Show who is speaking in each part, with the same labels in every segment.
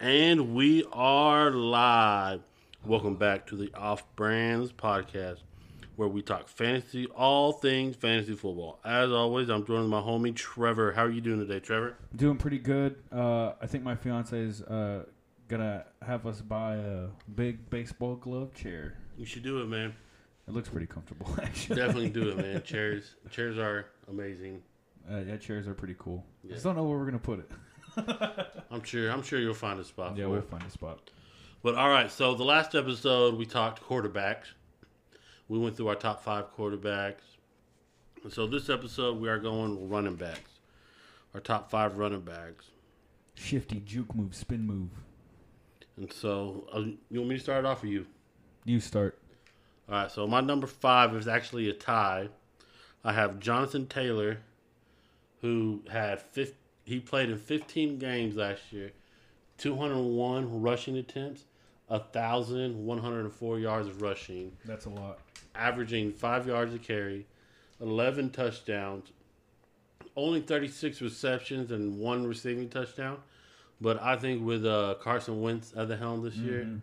Speaker 1: And we are live. Welcome back to the Off Brands Podcast, where we talk fantasy, all things fantasy football. As always, I'm joined by my homie Trevor. How are you doing today, Trevor?
Speaker 2: Doing pretty good. Uh, I think my fiance is uh, gonna have us buy a big baseball glove chair.
Speaker 1: You should do it, man.
Speaker 2: It looks pretty comfortable, actually.
Speaker 1: Definitely do it, man. Chairs, chairs are amazing.
Speaker 2: Uh, yeah, chairs are pretty cool. I
Speaker 1: Yeah.
Speaker 2: just don't know where we're gonna put it.
Speaker 1: I'm sure. I'm sure you'll find a spot.
Speaker 2: Yeah,
Speaker 1: for
Speaker 2: we'll
Speaker 1: it.
Speaker 2: find a spot.
Speaker 1: But all right, so the last episode we talked quarterbacks. We went through our top five quarterbacks. And so this episode we are going running backs. Our top five running backs.
Speaker 2: Shifty juke move, spin move.
Speaker 1: And so uh, you want me to start it off with you?
Speaker 2: You start.
Speaker 1: All right, so my number five is actually a tie. I have Jonathan Taylor, who had fif- he played in 15 games last year, 201 rushing attempts, 1,104 yards of rushing.
Speaker 2: That's a lot.
Speaker 1: averaging five yards a carry, 11 touchdowns, only 36 receptions, and one receiving touchdown. But I think with uh, Carson Wentz at the helm this year,
Speaker 2: Mm-hmm.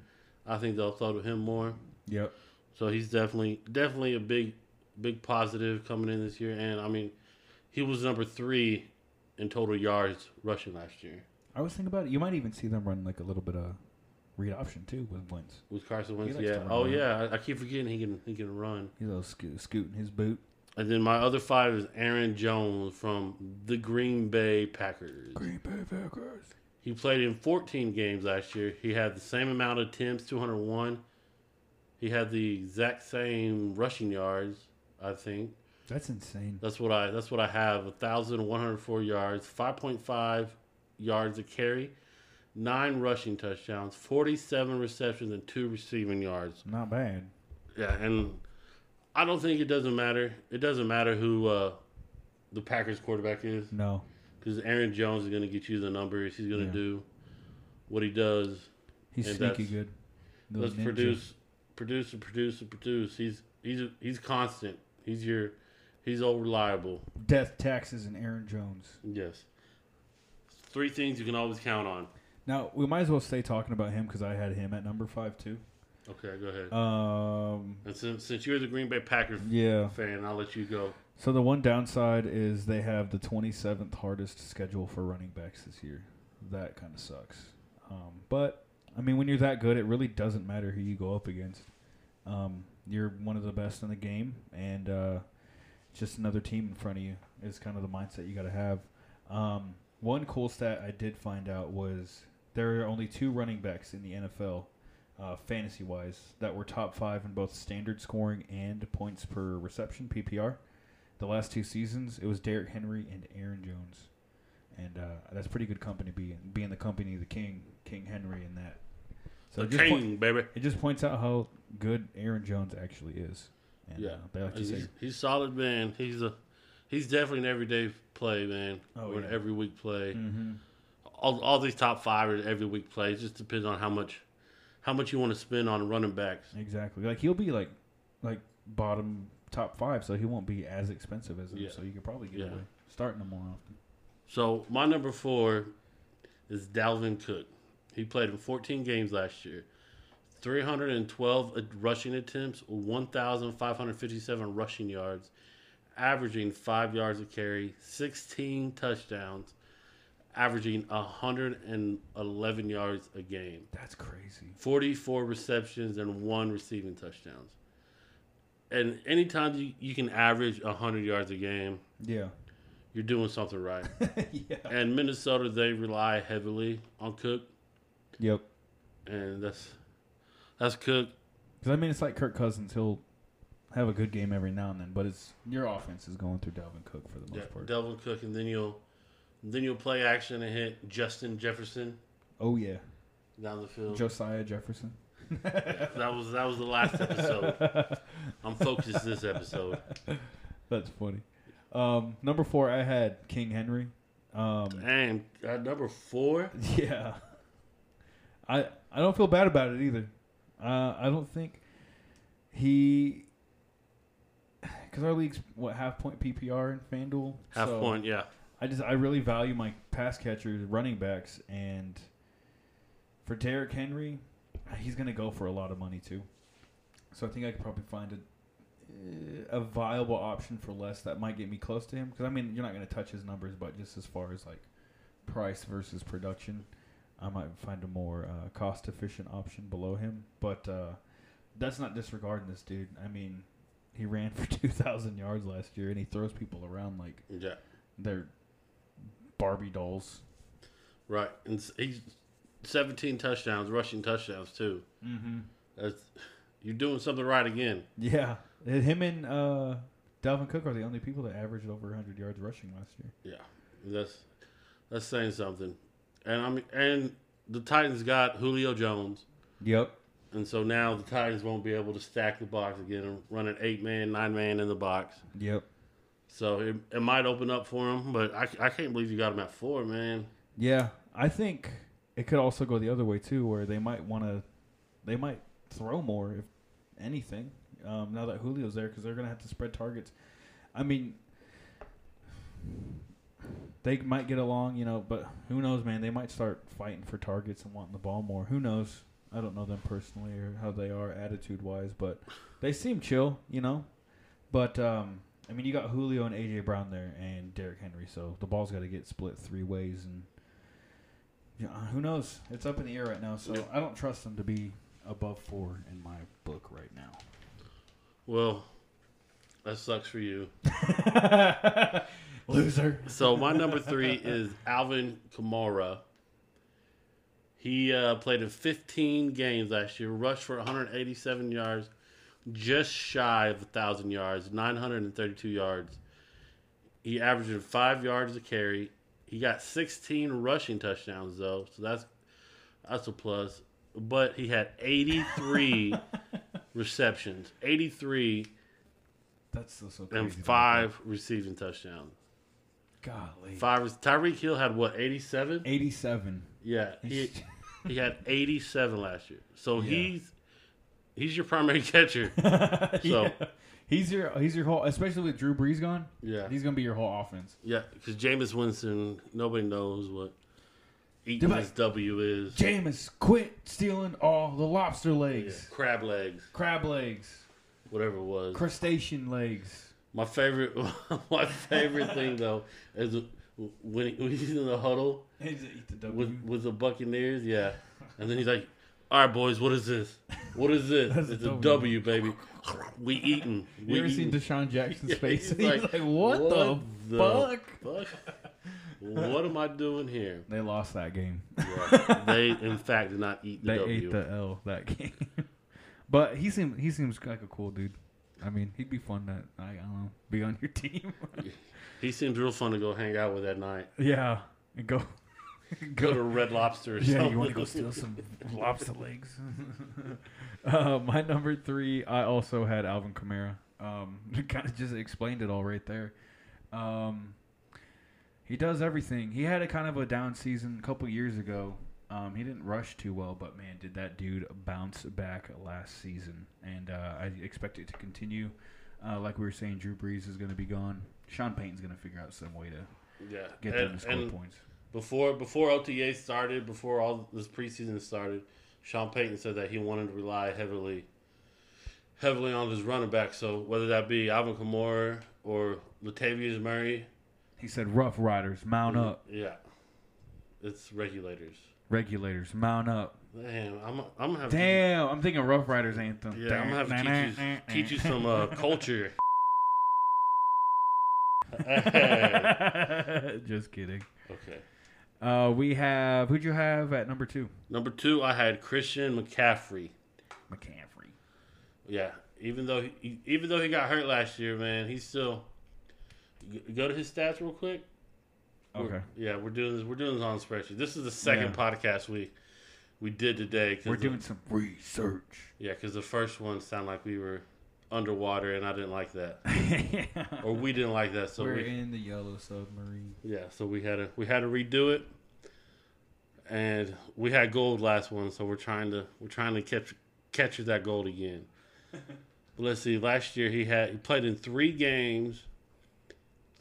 Speaker 1: I think they'll throw to him more.
Speaker 2: Yep.
Speaker 1: So he's definitely definitely a big big positive coming in this year. And I mean, he was number three in total yards rushing last year
Speaker 2: I was thinking about it. You might even see them run like a little bit of read option too with Wentz.
Speaker 1: with Carson Wentz.
Speaker 2: likes to
Speaker 1: Yeah.
Speaker 2: run.
Speaker 1: Oh yeah, I, I keep forgetting he can he can run.
Speaker 2: He's all sco- scooting his boot.
Speaker 1: And then my other five is Aaron Jones from the Green Bay Packers.
Speaker 2: Green Bay Packers.
Speaker 1: He played in 14 games last year. He had the same amount of attempts, 201. He had the exact same rushing yards, I think.
Speaker 2: That's insane.
Speaker 1: That's what I that's what I have. 1104 yards, 5.5 yards a carry, 9 rushing touchdowns, 47 receptions and 2 receiving yards.
Speaker 2: Not bad.
Speaker 1: Yeah, and I don't think it doesn't matter. It doesn't matter who uh, the Packers quarterback is
Speaker 2: No.
Speaker 1: because Aaron Jones is going to get you the numbers. He's going to
Speaker 2: Yeah.
Speaker 1: do what he does.
Speaker 2: He's
Speaker 1: And
Speaker 2: sneaky
Speaker 1: that's-
Speaker 2: good. Little
Speaker 1: Let's
Speaker 2: ninja.
Speaker 1: produce, produce, and produce, and produce. He's he's he's constant. He's your he's all reliable.
Speaker 2: Death, taxes, and Aaron Jones.
Speaker 1: Yes, three things you can always count on.
Speaker 2: Now we might as well stay talking about him because I had him at number five too.
Speaker 1: Okay, go ahead.
Speaker 2: Um,
Speaker 1: and since, since you're the Green Bay Packers
Speaker 2: Uh, yeah.
Speaker 1: fan, I'll let you go.
Speaker 2: So the one downside is they have the 27th hardest schedule for running backs this year. That kind of sucks. Um, but I mean, when you're that good, it really doesn't matter who you go up against. Um, you're one of the best in the game, and uh, just another team in front of you is kind of the mindset you got to have. Um, one cool stat I did find out was there are only two running backs in the NFL, uh, fantasy wise, that were top five in both standard scoring and points per reception (PPR). The last two seasons, it was Derrick Henry and Aaron Jones, and uh, that's pretty good company being being the company of the king, King Henry, and that.
Speaker 1: So
Speaker 2: it just point-
Speaker 1: King, baby.
Speaker 2: it just points out how good Aaron Jones actually is. And,
Speaker 1: Yeah.
Speaker 2: uh, they like to say
Speaker 1: he's, he's solid, man. He's a he's definitely an everyday play, man.
Speaker 2: Oh,
Speaker 1: or an
Speaker 2: yeah. Mm.
Speaker 1: every week play. All, all these top five are every week plays. It just depends on how much how much you want to spend on running backs.
Speaker 2: exactly like he'll be like like bottom top five, so he won't be as expensive as him.
Speaker 1: Yeah.
Speaker 2: So you could probably get
Speaker 1: Yeah.
Speaker 2: away starting him more often.
Speaker 1: So my number four is Dalvin Cook. He played in 14 games last year. 312 rushing attempts, 1,557 rushing yards, averaging five yards a carry, 16 touchdowns, averaging 111 yards a game,
Speaker 2: That's crazy.
Speaker 1: 44 receptions, and one receiving touchdowns. And anytime you, you can average 100 yards a game,
Speaker 2: Yeah.
Speaker 1: you're doing something right.
Speaker 2: yeah.
Speaker 1: And Minnesota, they rely heavily on Cook,
Speaker 2: Yep.
Speaker 1: and that's that's Cook.
Speaker 2: Because I mean, it's like Kirk Cousins. He'll have a good game every now and then, but it's your offense is going through Dalvin Cook for the most
Speaker 1: Yeah,
Speaker 2: part.
Speaker 1: Delvin Cook, and then you'll then you'll play action and hit Justin Jefferson
Speaker 2: oh yeah,
Speaker 1: down the field.
Speaker 2: Josiah Jefferson.
Speaker 1: that was that was the last episode. I'm focused this episode.
Speaker 2: That's funny. Um, number four, I had King Henry. Um,
Speaker 1: And at number four,
Speaker 2: Yeah. I I don't feel bad about it either. Uh, I don't think he because our league's what half point PPR and FanDuel.
Speaker 1: half
Speaker 2: so
Speaker 1: point, yeah.
Speaker 2: I just I really value my pass catchers, running backs, and For Derrick Henry, he's going to go for a lot of money too. So I think I could probably find a, a viable option for less that might get me close to him. Because I mean, you're not going to touch his numbers, but just as far as like price versus production, I might find a more uh, cost efficient option below him. But uh, that's not disregarding this dude. I mean, he ran for two thousand yards last year, and he throws people around like
Speaker 1: Yeah.
Speaker 2: they're Barbie dolls.
Speaker 1: Right. And s- he's 17 touchdowns, rushing touchdowns, too.
Speaker 2: Mm-hmm.
Speaker 1: That's, you're doing something right again.
Speaker 2: Yeah, And him and uh, Dalvin Cook are the only people that averaged over 100 yards rushing last year.
Speaker 1: Yeah, that's that's saying something. And I'm and the Titans got Julio Jones,
Speaker 2: Yep.
Speaker 1: and so now the Titans won't be able to stack the box again and run an eight man, nine man in the box.
Speaker 2: Yep.
Speaker 1: So it, it might open up for him, but I, I can't believe you got him at four, man.
Speaker 2: Yeah, I think it could also go the other way too, where they might want to, they might throw more if anything. Um, now that Julio's there, because they're gonna have to spread targets. I mean, they might get along, you know, but who knows, man? They might start fighting for targets and wanting the ball more. Who knows? I don't know them personally or how they are attitude wise, but they seem chill, you know. But um, I mean, you got Julio and AJ Brown there and Derrick Henry, so the ball's got to get split three ways, and yeah, who knows? It's up in the air right now, so I don't trust them to be above four in my book right
Speaker 1: Well, that sucks for you.
Speaker 2: now. Loser.
Speaker 1: So my number three is Alvin Kamara. He uh, played in 15 games last year, rushed for 187 yards, just shy of 1,000 yards, 932 yards. He averaged five yards a carry. He got 16 rushing touchdowns though, so that's that's a plus. But he had 83 receptions, 83
Speaker 2: That's still so crazy.
Speaker 1: and five receiving touchdowns.
Speaker 2: Golly.
Speaker 1: Five. Tyreek Hill had what? Eighty-seven.
Speaker 2: Eighty-seven.
Speaker 1: Yeah, he he had eighty-seven last year. So
Speaker 2: Yeah.
Speaker 1: he's he's your primary catcher.
Speaker 2: Yeah. He's your he's your whole, especially with Drew Brees gone.
Speaker 1: Yeah.
Speaker 2: He's gonna be your whole offense.
Speaker 1: Yeah, because Jameis Winston, nobody knows what eating
Speaker 2: Dude, I-
Speaker 1: his W is.
Speaker 2: Jameis, quit stealing all the lobster
Speaker 1: Yeah,
Speaker 2: legs,
Speaker 1: crab legs,
Speaker 2: crab legs,
Speaker 1: whatever it was.
Speaker 2: crustacean legs.
Speaker 1: my favorite, my favorite thing though is when, he, when he's in the huddle
Speaker 2: He's gonna eat the W.
Speaker 1: with with the Buccaneers. Yeah, and then he's like, "All right, boys, what is this? What is this?
Speaker 2: That's a
Speaker 1: it's a
Speaker 2: W.
Speaker 1: W, baby. We eating. We
Speaker 2: You ever seen
Speaker 1: eating."
Speaker 2: Deshaun Jackson's
Speaker 1: Yeah,
Speaker 2: face?
Speaker 1: he's
Speaker 2: He's,
Speaker 1: like,
Speaker 2: like, what, the,
Speaker 1: "What the
Speaker 2: fuck?
Speaker 1: fuck? what am I doing here?
Speaker 2: They lost that game.
Speaker 1: Yeah, they, in fact, did not eat the
Speaker 2: They
Speaker 1: W.
Speaker 2: ate the L that game. but he seems he seems like a cool dude. I mean, he'd be fun to I, I don't know be on your team.
Speaker 1: He seems real fun to go hang out with that night.
Speaker 2: yeah, and go
Speaker 1: Go to Red Lobster or
Speaker 2: Yeah,
Speaker 1: something.
Speaker 2: you want to go steal some lobster legs? uh, my number three, I also had Alvin Kamara. Um, kind of just explained it all right there. Um, he does everything. He had a kind of a down season a couple years ago. Um, he didn't rush too well, but man, did that dude bounce back last season? And uh, I expect it to continue. Uh, like we were saying, Drew Brees is going to be gone. Sean Payton's going to figure out some way to
Speaker 1: Yeah.
Speaker 2: get them to
Speaker 1: and,
Speaker 2: score
Speaker 1: and
Speaker 2: points.
Speaker 1: before before OTA started, before all this preseason started, Sean Payton said that he wanted to rely heavily, heavily on his running back. So whether that be Alvin Kamara or Latavius Murray,
Speaker 2: He said, "Rough Riders, mount
Speaker 1: Mm-hmm.
Speaker 2: up."
Speaker 1: yeah, it's regulators.
Speaker 2: Regulators, mount up.
Speaker 1: Damn, I'm I'm gonna have to-
Speaker 2: Damn, I'm thinking Rough Riders anthem.
Speaker 1: Yeah, I'm gonna have to teach you, teach you some uh, culture. okay.
Speaker 2: Just kidding. Uh, we have who'd you have at number two?
Speaker 1: Number two, I had Christian McCaffrey.
Speaker 2: McCaffrey.
Speaker 1: Yeah, even though he, even though he got hurt last year, man, he's still. g- Go to his stats real quick.
Speaker 2: Okay,
Speaker 1: Yeah, we're doing this. We're doing this on the spreadsheet. This is the second
Speaker 2: Yeah.
Speaker 1: podcast we we did today. Cause
Speaker 2: we're
Speaker 1: the-
Speaker 2: doing some research.
Speaker 1: yeah, because the first one sounded like we were underwater, and I didn't like that, or
Speaker 2: we're
Speaker 1: we didn't like that. Oh, So we,
Speaker 2: in the yellow submarine.
Speaker 1: Yeah, so we had to we had to redo it, and we had gold last one, so we're trying to we're trying to catch capture that gold again. but let's see. Last year he had he played in three games,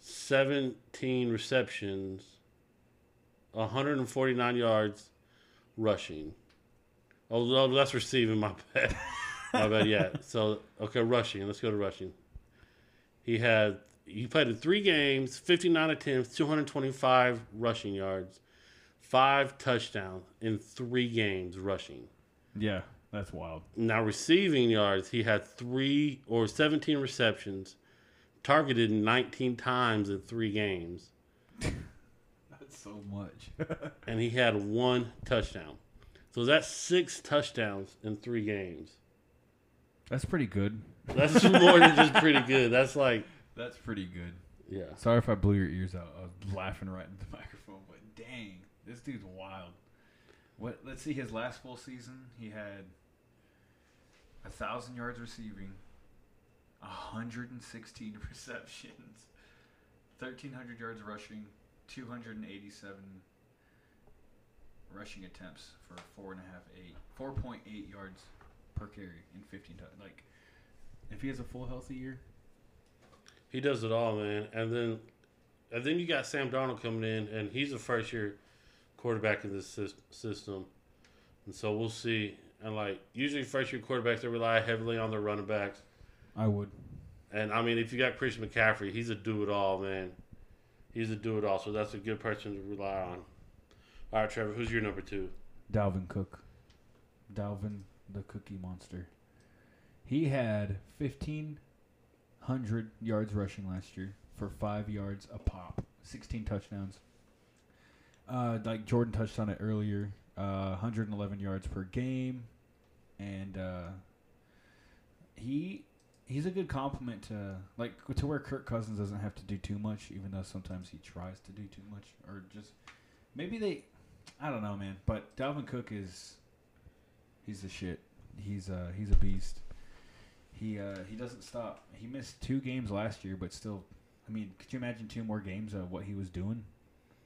Speaker 1: seventeen receptions, one hundred and forty nine yards rushing, Oh, no, that's receiving. My bad. my bad. Yeah. So okay, rushing. Let's go to rushing. He had he played in three games, fifty nine attempts, two hundred twenty five rushing yards, five touchdowns in three games rushing.
Speaker 2: Yeah, that's wild.
Speaker 1: Now receiving yards, he had three or seventeen receptions, targeted nineteen times in three games,
Speaker 2: That's so much.
Speaker 1: and he had one touchdown. So that's six touchdowns in three games.
Speaker 2: that's pretty good.
Speaker 1: That's more than just pretty good. That's like
Speaker 2: That's pretty good.
Speaker 1: yeah.
Speaker 2: Sorry if I blew your ears out. I was laughing right into the microphone, but dang, this dude's wild. What? Let's see. His last full season, he had a thousand yards receiving, hundred and sixteen receptions, thirteen hundred yards rushing, two hundred and eighty-seven rushing attempts for four and a half eight, four point eight yards per carry in fifteen. tou- Like, if he has a full healthy year,
Speaker 1: He does it all, man. And then and then you got Sam Darnold coming in and he's a first year quarterback in this sys- system. And so we'll see. And like usually first year quarterbacks they rely heavily on their running backs.
Speaker 2: I would.
Speaker 1: And I mean if you got Christian McCaffrey, he's a do it all, man. He's a do it all. So that's a good person to rely on. All right, Trevor, who's your number 2?
Speaker 2: Dalvin Cook. Dalvin the Cookie Monster. He had 1,500 yards rushing last year for five yards a pop, 16 touchdowns. Uh, like Jordan touched on it earlier, uh, 111 yards per game, and uh, he he's a good complement to like to where Kirk Cousins doesn't have to do too much, even though sometimes he tries to do too much, or just maybe they I don't know, man. But Dalvin Cook is he's the shit. He's uh he's a beast. He uh he doesn't stop. He missed two games last year, but still I mean, could you imagine two more games of what he was doing?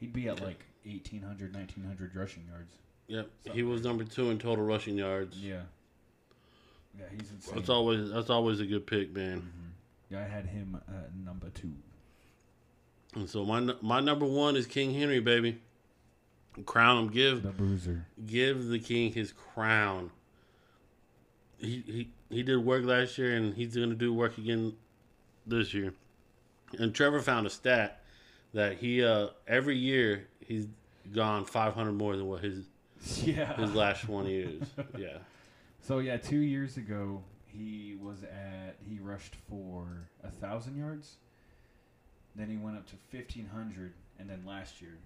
Speaker 2: He'd be at like 1800 1900 rushing yards.
Speaker 1: Yep. He was number 2 in total rushing yards.
Speaker 2: Yeah. Yeah, he's insane.
Speaker 1: That's always that's always a good pick, man.
Speaker 2: Yeah, I had him at number 2.
Speaker 1: And so my nu- my number one is King Henry, baby. Crown him, give
Speaker 2: The bruiser.
Speaker 1: give the king his crown. He he he did work last year, and he's gonna do work again this year. And Trevor found a stat that he uh every year he's gone 500 more than what his
Speaker 2: Yeah.
Speaker 1: his last one years. Yeah,
Speaker 2: So yeah, 2 years ago, he was at he rushed for a 1000 yards. Then he went up to 1500 and then last year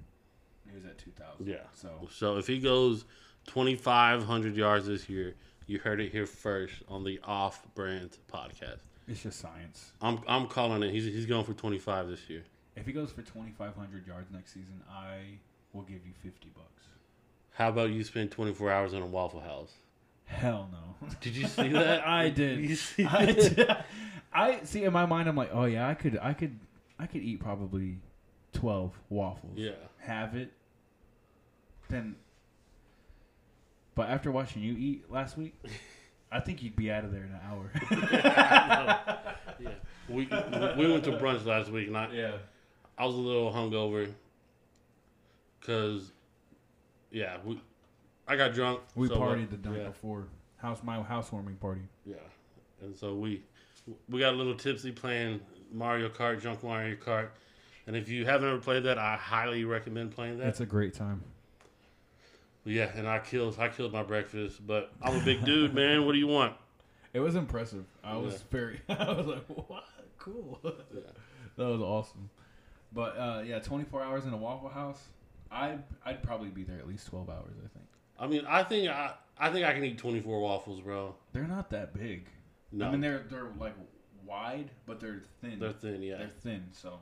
Speaker 2: he was at 2000.
Speaker 1: Yeah.
Speaker 2: So
Speaker 1: so if he goes 2,500 yards this year, you heard it here first on the Off Brand podcast.
Speaker 2: it's just science.
Speaker 1: I'm I'm calling it. He's he's going for 25 this year.
Speaker 2: If he goes for 2500 yards next season, I will give you 50 bucks.
Speaker 1: How about you spend 24 hours in a Waffle House?
Speaker 2: Hell no.
Speaker 1: Did you see that?
Speaker 2: I did.
Speaker 1: You see
Speaker 2: I,
Speaker 1: that?
Speaker 2: did. I see in my mind I'm like, "Oh yeah, I could I could I could eat probably 12 waffles."
Speaker 1: Yeah.
Speaker 2: have it, then. But after watching you eat last week, I think you'd be out of there in an hour.
Speaker 1: We we went to brunch last week, and I
Speaker 2: yeah.
Speaker 1: I was a little hungover. Cause, yeah, we I got drunk.
Speaker 2: We
Speaker 1: so, uh,
Speaker 2: partied the night
Speaker 1: Yeah,
Speaker 2: before house my housewarming party.
Speaker 1: yeah, and so we we got a little tipsy playing Mario Kart, drunk Mario Kart. And if you haven't ever played that, I highly recommend playing that.
Speaker 2: That's a great time.
Speaker 1: Yeah, and I killed I killed my breakfast, but I'm a big dude, man. What do you want?
Speaker 2: It was impressive. I was
Speaker 1: Yeah.
Speaker 2: very. I was like, "What? Cool." that was awesome. But uh, yeah, 24 hours in a Waffle House. I I'd probably be there at least 12 hours. I think
Speaker 1: I mean, I think I, I think I can eat 24 waffles, bro.
Speaker 2: they're not that big.
Speaker 1: No,
Speaker 2: I mean,
Speaker 1: they're,
Speaker 2: they're they're like wide, but they're thin.
Speaker 1: thin, yeah.
Speaker 2: They're thin. So.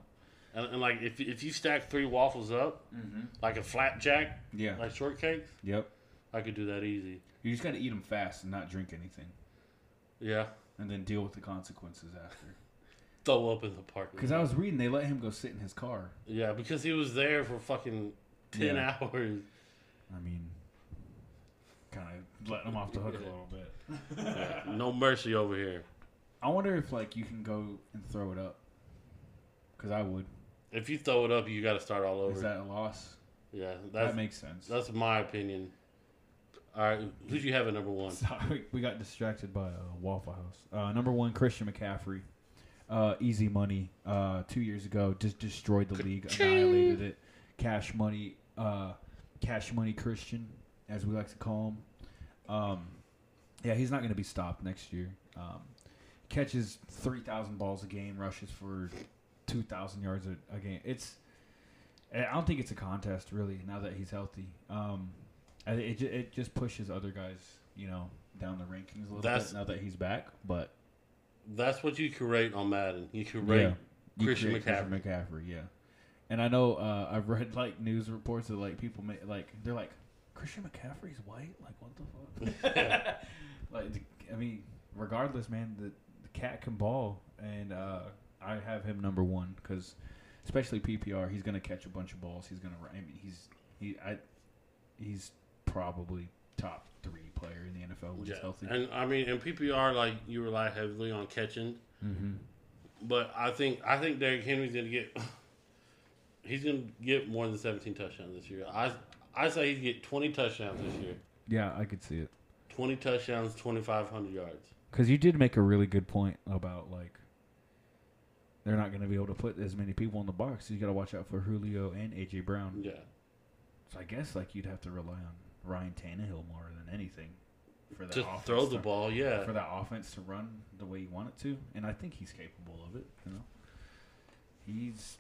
Speaker 1: and, and like if if you stack three waffles up,
Speaker 2: Mm-hmm.
Speaker 1: like a flapjack,
Speaker 2: Yeah.
Speaker 1: like shortcakes,
Speaker 2: Yep.
Speaker 1: I could do that easy.
Speaker 2: You just got to eat them fast and not drink anything,
Speaker 1: Yeah,
Speaker 2: and then deal with the consequences after.
Speaker 1: throw up in the park.
Speaker 2: Because I was reading, they let him go sit in his car.
Speaker 1: yeah, because he was there for fucking 10
Speaker 2: Yeah.
Speaker 1: hours.
Speaker 2: I mean, kind of letting him off the hook a little bit.
Speaker 1: Yeah, no mercy over here.
Speaker 2: I wonder if like you can go and throw it up. Because I would.
Speaker 1: If you throw it up, you got to start all over.
Speaker 2: Is that a loss?
Speaker 1: yeah,
Speaker 2: that
Speaker 1: that's
Speaker 2: makes sense.
Speaker 1: that's my opinion. All right, who do you have at number one?
Speaker 2: Sorry, we got distracted by uh, Waffle House. Uh, number one, Christian McCaffrey. Uh, easy money. Uh, two years ago, just destroyed the league, annihilated it. Cash money. Uh, cash money Christian, as we like to call him. Um, yeah, he's not going to be stopped next year. Um, catches three thousand balls a game, rushes for two thousand yards a, a game. It's. I don't think it's a contest really. Now that he's healthy. Um, I thi- it, ju- it just pushes other guys, you know, down the rankings a little
Speaker 1: That's-
Speaker 2: bit now that he's back. But
Speaker 1: That's what you can rate on Madden. You can rate.
Speaker 2: Yeah. you
Speaker 1: Christian
Speaker 2: create Christian McCaffrey, yeah. And I know uh, I've read like news reports that like people may, like they're like Christian McCaffrey's white, like what the fuck? like the- I mean, regardless, man, the, the cat can ball, and uh, I have him number one because especially PPR, he's gonna catch a bunch of balls. He's gonna, run- I mean, he's he I he's probably top three player in the NFL when
Speaker 1: Yeah.
Speaker 2: he's healthy.
Speaker 1: And I mean, in PPR, like you rely heavily on catching,
Speaker 2: Mm-hmm.
Speaker 1: but I think I think Derrick Henry's gonna get. He's gonna get more than seventeen touchdowns this year. I I say he'd get twenty touchdowns this year.
Speaker 2: Yeah, I could see it.
Speaker 1: Twenty touchdowns, twenty five hundred yards.
Speaker 2: Because you did make a really good point about like they're not going to be able to put as many people in the box. You got to watch out for Julio and AJ Brown.
Speaker 1: Yeah,
Speaker 2: So I guess like you'd have to rely on Ryan Tannehill more than anything for that
Speaker 1: to
Speaker 2: offense
Speaker 1: throw the
Speaker 2: to-
Speaker 1: ball. Yeah,
Speaker 2: for that offense to run the way you want it to. And I think he's capable of it. You know, he's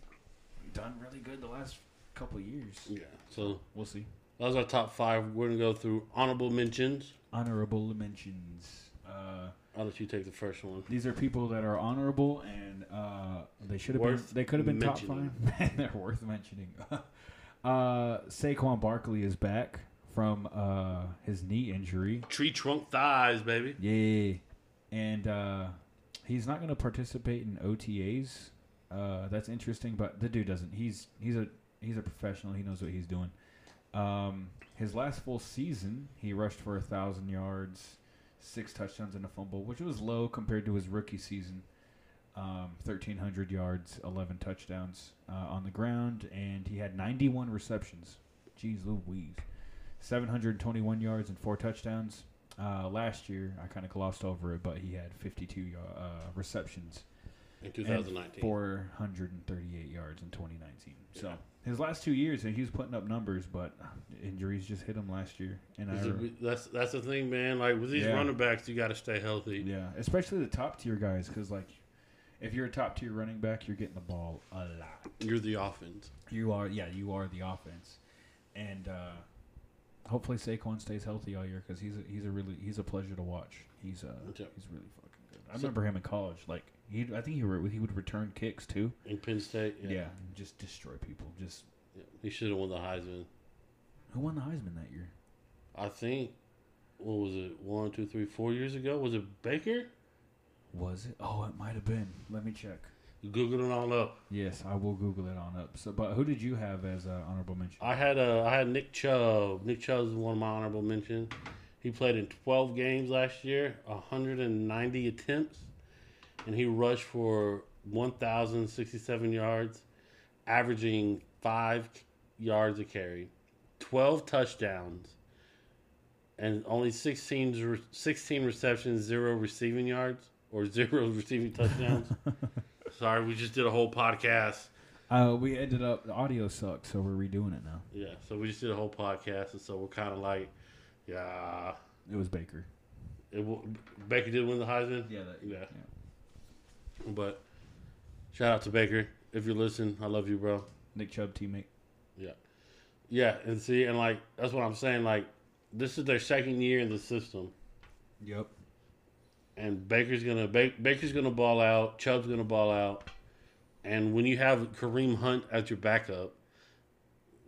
Speaker 2: done really good the last couple of years.
Speaker 1: yeah. So
Speaker 2: We'll see.
Speaker 1: that was our top five. We're gonna go through honorable mentions.
Speaker 2: Honorable mentions. Uh,
Speaker 1: I'll let you take the first one.
Speaker 2: These are people that are honorable and uh, they should have been.
Speaker 1: Worth
Speaker 2: They could have been top
Speaker 1: mentioning.
Speaker 2: five. and they're worth mentioning. uh, Saquon Barkley is back from uh, his knee injury.
Speaker 1: Tree trunk thighs, baby.
Speaker 2: Yay! And uh, he's not going to participate in OTAs. Uh, that's interesting, but the dude doesn't. He's he's a he's a professional. He knows what he's doing. Um, his last full season, he rushed for a thousand yards, six touchdowns and a fumble, which was low compared to his rookie season. Um, thirteen hundred yards, eleven touchdowns uh, on the ground, and he had ninety-one receptions. Jeez Louise, seven hundred twenty-one yards and four touchdowns. Uh, last year, I kind of glossed over it, but he had fifty-two y- uh, receptions
Speaker 1: In
Speaker 2: and
Speaker 1: 2019.
Speaker 2: 438 yards in 2019. So his last two years, he was putting up numbers, but injuries just hit him last year. And
Speaker 1: Is
Speaker 2: I, re-
Speaker 1: it- that's that's the thing, man. Like with these
Speaker 2: Yeah.
Speaker 1: running backs, you got to stay healthy.
Speaker 2: yeah, especially the top tier guys, because like if you're a top tier running back, you're getting the ball a lot.
Speaker 1: You're the offense.
Speaker 2: You are, yeah, you are the offense, and uh, hopefully Saquon stays healthy all year because he's a, he's a really he's a pleasure to watch. He's uh
Speaker 1: Yeah.
Speaker 2: he's really fucking good. I
Speaker 1: So-
Speaker 2: remember him in college. Like he, I think he re- he would return kicks too.
Speaker 1: In Penn State,
Speaker 2: Yeah, and just destroy people. Just
Speaker 1: Yeah. he should have won the Heisman.
Speaker 2: who won the Heisman that year?
Speaker 1: I think what was it? One, two, three, four years ago. Was it Baker?
Speaker 2: Was it? Oh, it might have been. Let me check.
Speaker 1: Google it all up.
Speaker 2: Yes, I will Google it on up. So, but who did you have as uh, honorable mention?
Speaker 1: I had uh, I had Nick Chubb. Nick Chubb's one of my honorable mentions. He played in 12 games last year, 190 attempts, and he rushed for 1,067 yards, averaging five yards a carry, 12 touchdowns, and only 16 re- 16 receptions, zero receiving yards or zero receiving touchdowns. Sorry, we just did a whole podcast.
Speaker 2: Uh, we ended up the audio sucks, so we're redoing it now.
Speaker 1: Yeah, so we just did a whole podcast, and so we're kind of like, yeah,
Speaker 2: It was Baker.
Speaker 1: it w- Baker did win the Heisman.
Speaker 2: Yeah, that,
Speaker 1: Yeah. But shout out to Baker if you're listening, I love you, bro.
Speaker 2: Nick Chubb teammate.
Speaker 1: Yeah, and see, and like that's what I'm saying. Like this is their second year in the system,
Speaker 2: Yep.
Speaker 1: and Baker's gonna ba- Baker's gonna ball out, Chubb's gonna ball out, and when you have Kareem Hunt as your backup,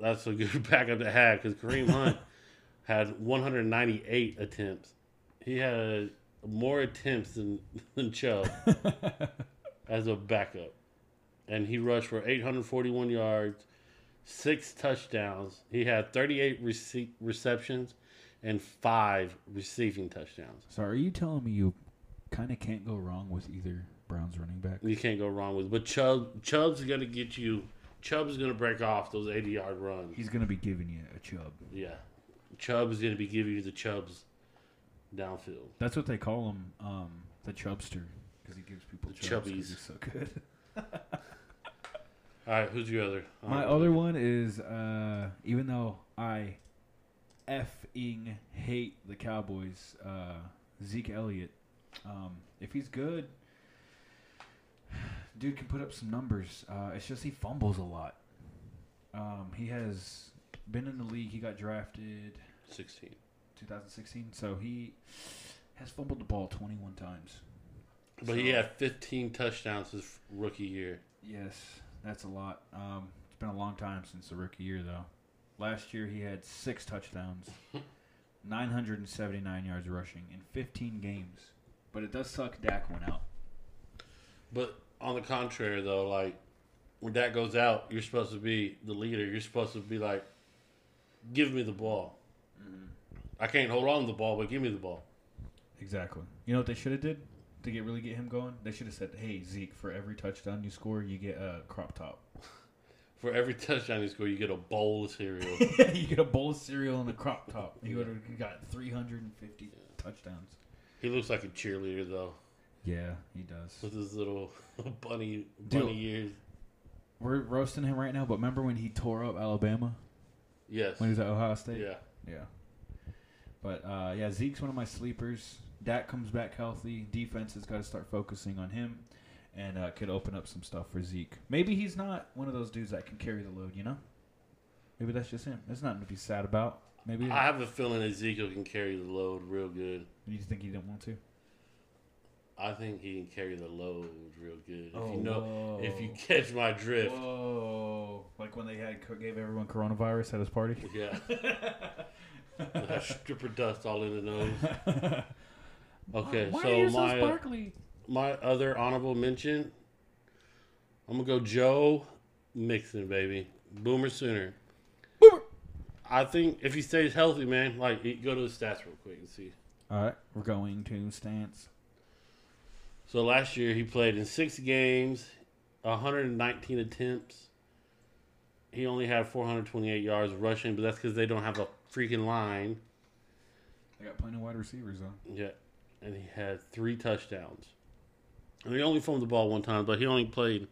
Speaker 1: that's a good backup to have because Kareem Hunt had 198 attempts. He had more attempts than than Chubb as a backup, and he rushed for 841 yards, six touchdowns. He had 38 rece- receptions and five receiving touchdowns.
Speaker 2: So, are you telling me you kind of can't go wrong with either Browns running back?
Speaker 1: you can't go wrong with. But Chubb, Chubb's gonna get you. Chubb's gonna break off those eighty yard runs.
Speaker 2: He's gonna be giving you a Chubb.
Speaker 1: Yeah, Chubb is going to be giving you the Chubbs downfield.
Speaker 2: That's what they call him, um, the Chubster, because he gives people
Speaker 1: The
Speaker 2: chubs 'cause
Speaker 1: chubbies.
Speaker 2: He's so good.
Speaker 1: All right, who's your other? Um,
Speaker 2: My
Speaker 1: honorable
Speaker 2: other one is uh, even though I effing hate the Cowboys, uh, Zeke Elliott. Um, if he's good, dude can put up some numbers. Uh, it's just he fumbles a lot. Um, he has been in the league. He got drafted
Speaker 1: 16.
Speaker 2: 2016, so he has fumbled the ball 21 times.
Speaker 1: But he had 15 touchdowns his rookie year.
Speaker 2: Yes, that's a lot. Um, it's been a long time since the rookie year, though. Last year, he had six touchdowns, 979 yards rushing in 15 games. But it does suck Dak went out.
Speaker 1: But on the contrary, though, like when that goes out, you're supposed to be the leader. You're supposed to be like, give me the ball. I can't hold on to the ball, but give me the ball.
Speaker 2: Exactly. You know what they should have did to get really get him going? They should have said, "Hey Zeke, for every touchdown you score, you get a crop top.
Speaker 1: For every touchdown you score, you get a bowl of cereal.
Speaker 2: you get a bowl of cereal and a crop top. You would have got 350 touchdowns."
Speaker 1: he looks like a cheerleader, though,
Speaker 2: Yeah, he does.
Speaker 1: with his little bunny
Speaker 2: Dude.
Speaker 1: bunny ears.
Speaker 2: We're roasting him right now, but remember when he tore up Alabama
Speaker 1: Yes.
Speaker 2: when he was at Ohio State?
Speaker 1: Yeah.
Speaker 2: Yeah. But uh, yeah, Zeke's one of my sleepers. Dak comes back healthy. Defense has got to start focusing on him, and uh, could open up some stuff for Zeke. Maybe he's not one of those dudes that can carry the load. You know, maybe that's just him. There's nothing to be sad about. Maybe
Speaker 1: I have a feeling Ezekiel can carry the load real good.
Speaker 2: you just think he didn't want to.
Speaker 1: I think he can carry the load real good. If
Speaker 2: Oh,
Speaker 1: you know, if you
Speaker 2: whoa.
Speaker 1: catch my drift,
Speaker 2: Whoa! Like when they had gave everyone coronavirus at his party.
Speaker 1: yeah, That stripper dust all in the nose. Okay,
Speaker 2: Why
Speaker 1: so
Speaker 2: are you
Speaker 1: my
Speaker 2: so
Speaker 1: uh,
Speaker 2: sparkly?
Speaker 1: my other honorable mention, I'm gonna go Joe Mixon, baby, Boomer Sooner.
Speaker 2: Boomer.
Speaker 1: I think if he stays healthy, man, like he- go to the stats real quick and see.
Speaker 2: All right, we're going to stance.
Speaker 1: So last year he played in six games, 119 attempts. He only had 428 yards rushing, but that's because they don't have a freaking line.
Speaker 2: I got plenty of wide receivers on.
Speaker 1: Yeah, and he had three touchdowns. And he only fumbled the ball one time, but he only played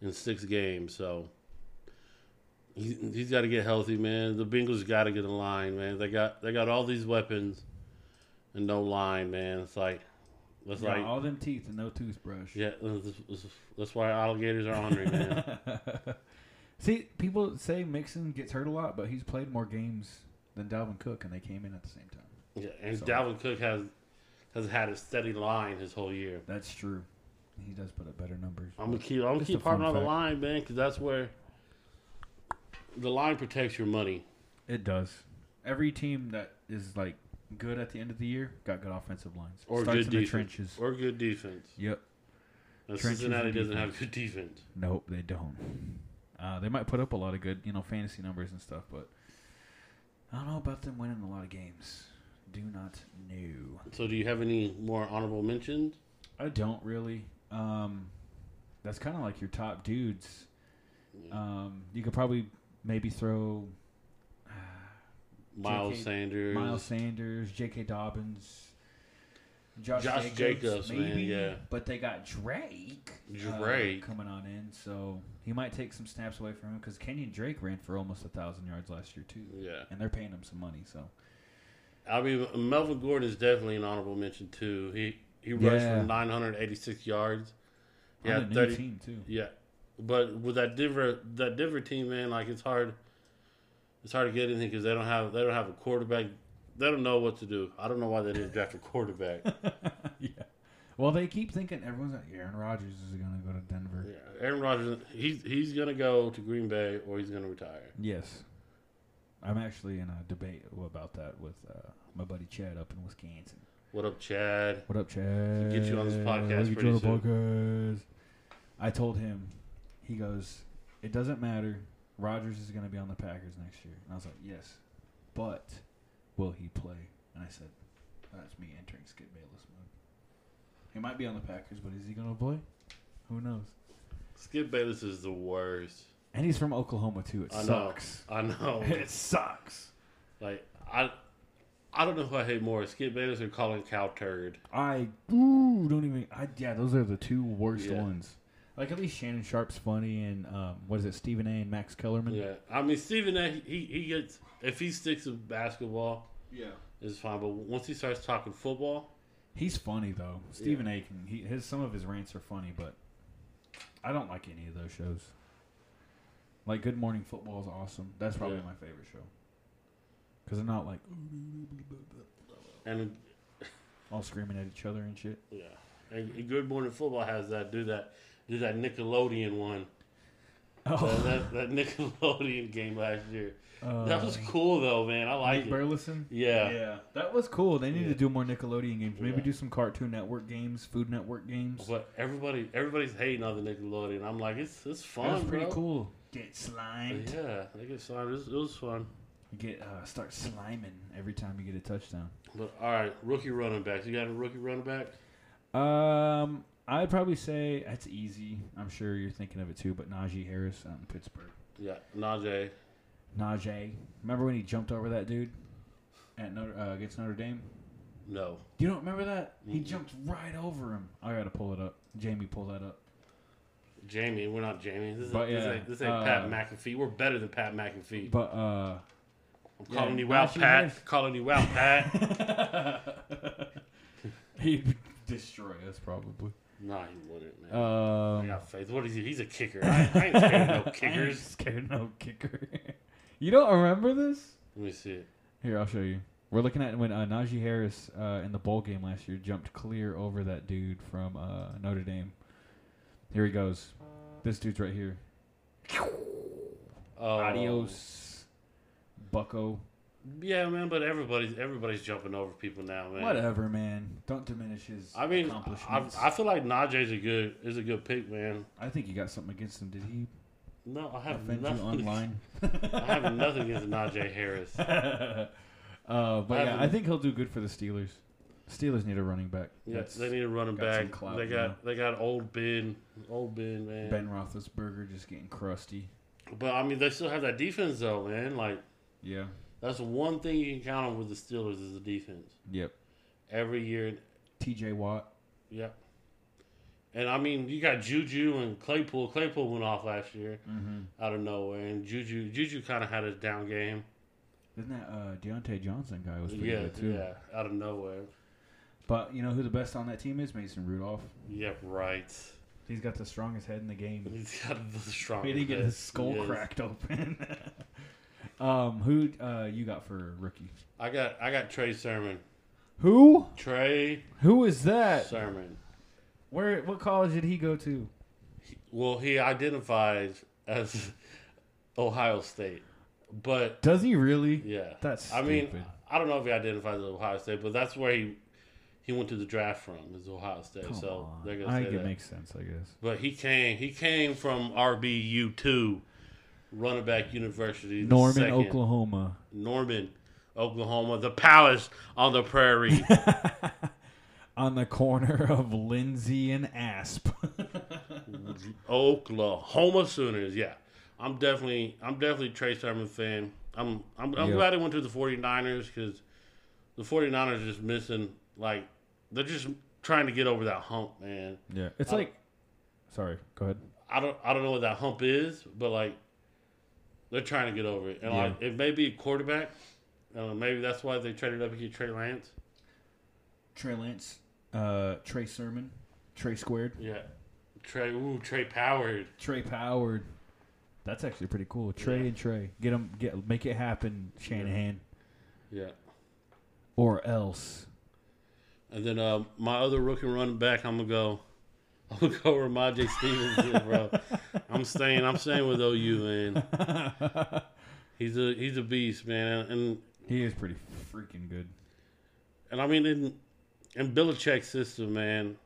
Speaker 1: in six games, so he's, he's got to get healthy, man. The Bengals got to get in line, man. They got they got all these weapons and no line, man. It's like that's
Speaker 2: Yeah,
Speaker 1: like
Speaker 2: all them teeth and no toothbrush.
Speaker 1: yeah, that's, that's- that's why alligators are hungry, man.
Speaker 2: See, people say Mixon gets hurt a lot, but he's played more games than Dalvin Cook, and they came in at the same time.
Speaker 1: yeah, and
Speaker 2: So-
Speaker 1: Dalvin Cook has has had a steady line his whole year.
Speaker 2: That's true. He does put up better numbers.
Speaker 1: I'm gonna keep I'm gonna
Speaker 2: Just a
Speaker 1: keep harping
Speaker 2: fun
Speaker 1: on the
Speaker 2: fact.
Speaker 1: line, man, because that's where the line protects your money.
Speaker 2: It does. Every team that is like good at the end of the year got good offensive lines.
Speaker 1: Or
Speaker 2: Starts
Speaker 1: good
Speaker 2: in
Speaker 1: defense.
Speaker 2: the trenches.
Speaker 1: Or good defense.
Speaker 2: Yep.
Speaker 1: And
Speaker 2: Trenches
Speaker 1: Cincinnati
Speaker 2: and
Speaker 1: doesn't have
Speaker 2: defense.
Speaker 1: good defense.
Speaker 2: Nope, they don't. Uh, they might put up a lot of good, you know, fantasy numbers and stuff, but I don't know about them winning a lot of games. Do not know.
Speaker 1: So do you have any more honorable mentions?
Speaker 2: I don't really. Um, that's kind of like your top dudes. Um, you could probably maybe throw
Speaker 1: Miles
Speaker 2: JK
Speaker 1: Sanders.
Speaker 2: Miles Sanders, J.K. Dobbins, Josh,
Speaker 1: Josh
Speaker 2: Jacobs,
Speaker 1: Jacobs, man,
Speaker 2: maybe.
Speaker 1: yeah.
Speaker 2: But they got Drake, uh,
Speaker 1: Drake.
Speaker 2: coming on in, so he might take some snaps away from him because Kenyon Drake ran for almost a thousand yards last year too,
Speaker 1: Yeah.
Speaker 2: and they're paying him some money. So
Speaker 1: I mean Melvin Gordon is definitely an honorable mention too. He he rushed
Speaker 2: Yeah.
Speaker 1: for nine hundred eighty six yards.
Speaker 2: yeah,
Speaker 1: Yeah,
Speaker 2: on a new
Speaker 1: 30
Speaker 2: team too.
Speaker 1: Yeah. But with that Denver that Denver team, man, like it's hard it's hard to get anything because they don't have they don't have a quarterback. They don't know what to do. I don't know why they didn't draft a quarterback.
Speaker 2: yeah. Well, they keep thinking everyone's like Aaron Rodgers is going to go to Denver.
Speaker 1: Yeah, Aaron Rodgers, he's he's gonna go to Green Bay or he's gonna retire.
Speaker 2: Yes. I'm actually in a debate about that with uh, my buddy Chad up in Wisconsin.
Speaker 1: What up, Chad?
Speaker 2: What up, Chad?
Speaker 1: Get you on this podcast
Speaker 2: We'll get
Speaker 1: pretty
Speaker 2: you on the podcast. I told him, he goes, it doesn't matter. Rodgers is going to be on the Packers next year. And I was like, yes, but will he play? And I said, that's me entering Skip Bayless mode. He might be on the Packers, but is he going to play? Who knows?
Speaker 1: Skip Bayless is the worst.
Speaker 2: And he's from Oklahoma, too. It
Speaker 1: I know.
Speaker 2: sucks.
Speaker 1: I know.
Speaker 2: It sucks.
Speaker 1: like I I don't know who I hate more, Skip Bayless or Colin Cowturd.
Speaker 2: I ooh, don't even. I, yeah, those are the two worst
Speaker 1: Yeah.
Speaker 2: ones. Like at least Shannon Sharp's funny, and um, what is it, Stephen A. and Max Kellerman?
Speaker 1: Yeah, I mean Stephen A. He he gets if he sticks with basketball,
Speaker 2: yeah.
Speaker 1: it's fine. But once he starts talking football,
Speaker 2: He's funny though. Stephen A. Can he, his some of his rants are funny, but I don't like any of those shows. Like Good Morning Football is awesome. That's probably
Speaker 1: Yeah.
Speaker 2: my favorite show because they're not like
Speaker 1: and
Speaker 2: all screaming at each other and shit.
Speaker 1: yeah, and, and Good Morning Football has that do that do that Nickelodeon one that,
Speaker 2: Oh,
Speaker 1: that, that Nickelodeon game last year.
Speaker 2: uh,
Speaker 1: that was cool though, man. I like
Speaker 2: Nick
Speaker 1: it.
Speaker 2: Burleson.
Speaker 1: yeah.
Speaker 2: that was cool. They need
Speaker 1: Yeah.
Speaker 2: to do more Nickelodeon games. Maybe
Speaker 1: Yeah.
Speaker 2: do some Cartoon Network games, Food Network games.
Speaker 1: but everybody everybody's hating on the Nickelodeon. I'm like, it's it's fun,
Speaker 2: that was pretty
Speaker 1: bro.
Speaker 2: cool. Oh, Get
Speaker 1: But
Speaker 2: slimed.
Speaker 1: yeah, I guess it was, it was fun.
Speaker 2: You get uh, start sliming every time you get a touchdown.
Speaker 1: But all right, rookie running backs. You got a rookie running back?
Speaker 2: Um, I'd probably say that's easy. I'm sure you're thinking of it too, but Najee Harris out in Pittsburgh.
Speaker 1: Yeah, Najee.
Speaker 2: Najee, remember when he jumped over that dude at Notre, uh, against Notre Dame?
Speaker 1: No,
Speaker 2: You don't remember that? He
Speaker 1: Mm-mm.
Speaker 2: jumped right over him. I gotta pull it up. Jamie, pull that up.
Speaker 1: Jamie. We're not Jamie. This is
Speaker 2: But
Speaker 1: this
Speaker 2: yeah,
Speaker 1: ain't, this ain't
Speaker 2: uh,
Speaker 1: Pat McAfee. We're better than Pat McAfee.
Speaker 2: But uh,
Speaker 1: I'm
Speaker 2: yeah,
Speaker 1: calling you out,
Speaker 2: Najee
Speaker 1: Pat.
Speaker 2: Harris.
Speaker 1: Calling you out, Pat.
Speaker 2: uh, he'd destroy us probably.
Speaker 1: nah, he wouldn't, man. I
Speaker 2: Um,
Speaker 1: got faith. What is he? He's a kicker. I, I ain't scared of no
Speaker 2: I ain't
Speaker 1: kickers.
Speaker 2: scared of no kicker. you don't remember this?
Speaker 1: Let me see it.
Speaker 2: Here, I'll show you. We're looking at when uh, Najee Harris uh, in the bowl game last year jumped clear over that dude from uh, Notre Dame. Here he goes. This dude's right here.
Speaker 1: Oh.
Speaker 2: Adios, Bucko.
Speaker 1: Yeah, man. But everybody's everybody's jumping over people now, man.
Speaker 2: Whatever, man. Don't diminish his
Speaker 1: I mean, I,
Speaker 2: accomplishments.
Speaker 1: I feel like Najee's a good is a good pick, man.
Speaker 2: I think you got something against him. Did he
Speaker 1: No, I have
Speaker 2: offend you
Speaker 1: nothing.
Speaker 2: online?
Speaker 1: I have nothing against Najee Harris.
Speaker 2: uh, but
Speaker 1: I
Speaker 2: yeah, I
Speaker 1: haven't-
Speaker 2: think he'll do good for the Steelers. Steelers need a running back.
Speaker 1: Yes,
Speaker 2: That's
Speaker 1: they need a running
Speaker 2: got some
Speaker 1: back.
Speaker 2: clout,
Speaker 1: they
Speaker 2: you
Speaker 1: got
Speaker 2: know?
Speaker 1: they got old Ben, old Ben, man.
Speaker 2: Ben Roethlisberger just getting crusty.
Speaker 1: But I mean, they still have that defense though, man. Like
Speaker 2: Yeah.
Speaker 1: that's one thing you can count on with the Steelers is the defense
Speaker 2: Yep.
Speaker 1: every year.
Speaker 2: T.J. Watt.
Speaker 1: Yeah. And I mean, you got Juju and Claypool. Claypool went off last year
Speaker 2: Mm-hmm.
Speaker 1: out of nowhere, and Juju Juju kind of had a down game.
Speaker 2: Isn't that uh, Deontay Johnson guy was pretty
Speaker 1: Yeah,
Speaker 2: good too?
Speaker 1: yeah, out of nowhere.
Speaker 2: But you know who the best on that team is? Mason Rudolph.
Speaker 1: Yep, right.
Speaker 2: He's got the strongest head in the game.
Speaker 1: He's got the strong.
Speaker 2: Way to get his skull cracked open. um, who uh, you got for rookie?
Speaker 1: I got I got Trey Sermon.
Speaker 2: Who?
Speaker 1: Trey
Speaker 2: Who is that?
Speaker 1: Sermon.
Speaker 2: Where? What college did he go to?
Speaker 1: Well, he identifies as Ohio State, but
Speaker 2: Does he really?
Speaker 1: yeah,
Speaker 2: That's
Speaker 1: I mean,
Speaker 2: stupid.
Speaker 1: I don't know if he identifies as Ohio State, but that's where he he went to the draft from is Ohio State.
Speaker 2: Come
Speaker 1: so
Speaker 2: on.
Speaker 1: they're
Speaker 2: I
Speaker 1: gonna say
Speaker 2: think it
Speaker 1: that.
Speaker 2: makes sense. I guess.
Speaker 1: but he came he came from RBU two, running back university. the
Speaker 2: Norman,
Speaker 1: second.
Speaker 2: Oklahoma.
Speaker 1: Norman, Oklahoma, the palace on the prairie.
Speaker 2: On the corner of Lindsay and Asp.
Speaker 1: Oklahoma Sooners. Yeah, I'm definitely I'm definitely a Trey Sermon fan. I'm I'm, I'm
Speaker 2: Yeah.
Speaker 1: glad they went to the 49ers because the 49ers are just missing like they're just trying to get over that hump, man.
Speaker 2: yeah. It's
Speaker 1: I-
Speaker 2: like. Sorry. Go ahead.
Speaker 1: I don't I don't know what that hump is, but like they're trying to get over it, and
Speaker 2: Yeah.
Speaker 1: like it may be a quarterback. Uh, maybe that's why they traded up and get Trey Lance.
Speaker 2: Trey Lance, uh, Trey Sermon, Trey Squared,
Speaker 1: Yeah, Trey. Ooh, Trey Powered.
Speaker 2: Trey Powered. That's actually pretty cool. Trey
Speaker 1: Yeah.
Speaker 2: and Trey, get them, get make it happen, Shanahan,
Speaker 1: Yeah.
Speaker 2: or else.
Speaker 1: And then uh, my other rookie running back, I'm gonna go. I'm gonna go Ramaj Stevens, here, bro. I'm staying. I'm staying with OU, man. He's a he's a beast, man. And
Speaker 2: He is pretty freaking good.
Speaker 1: and I mean in in Belichick's system, man.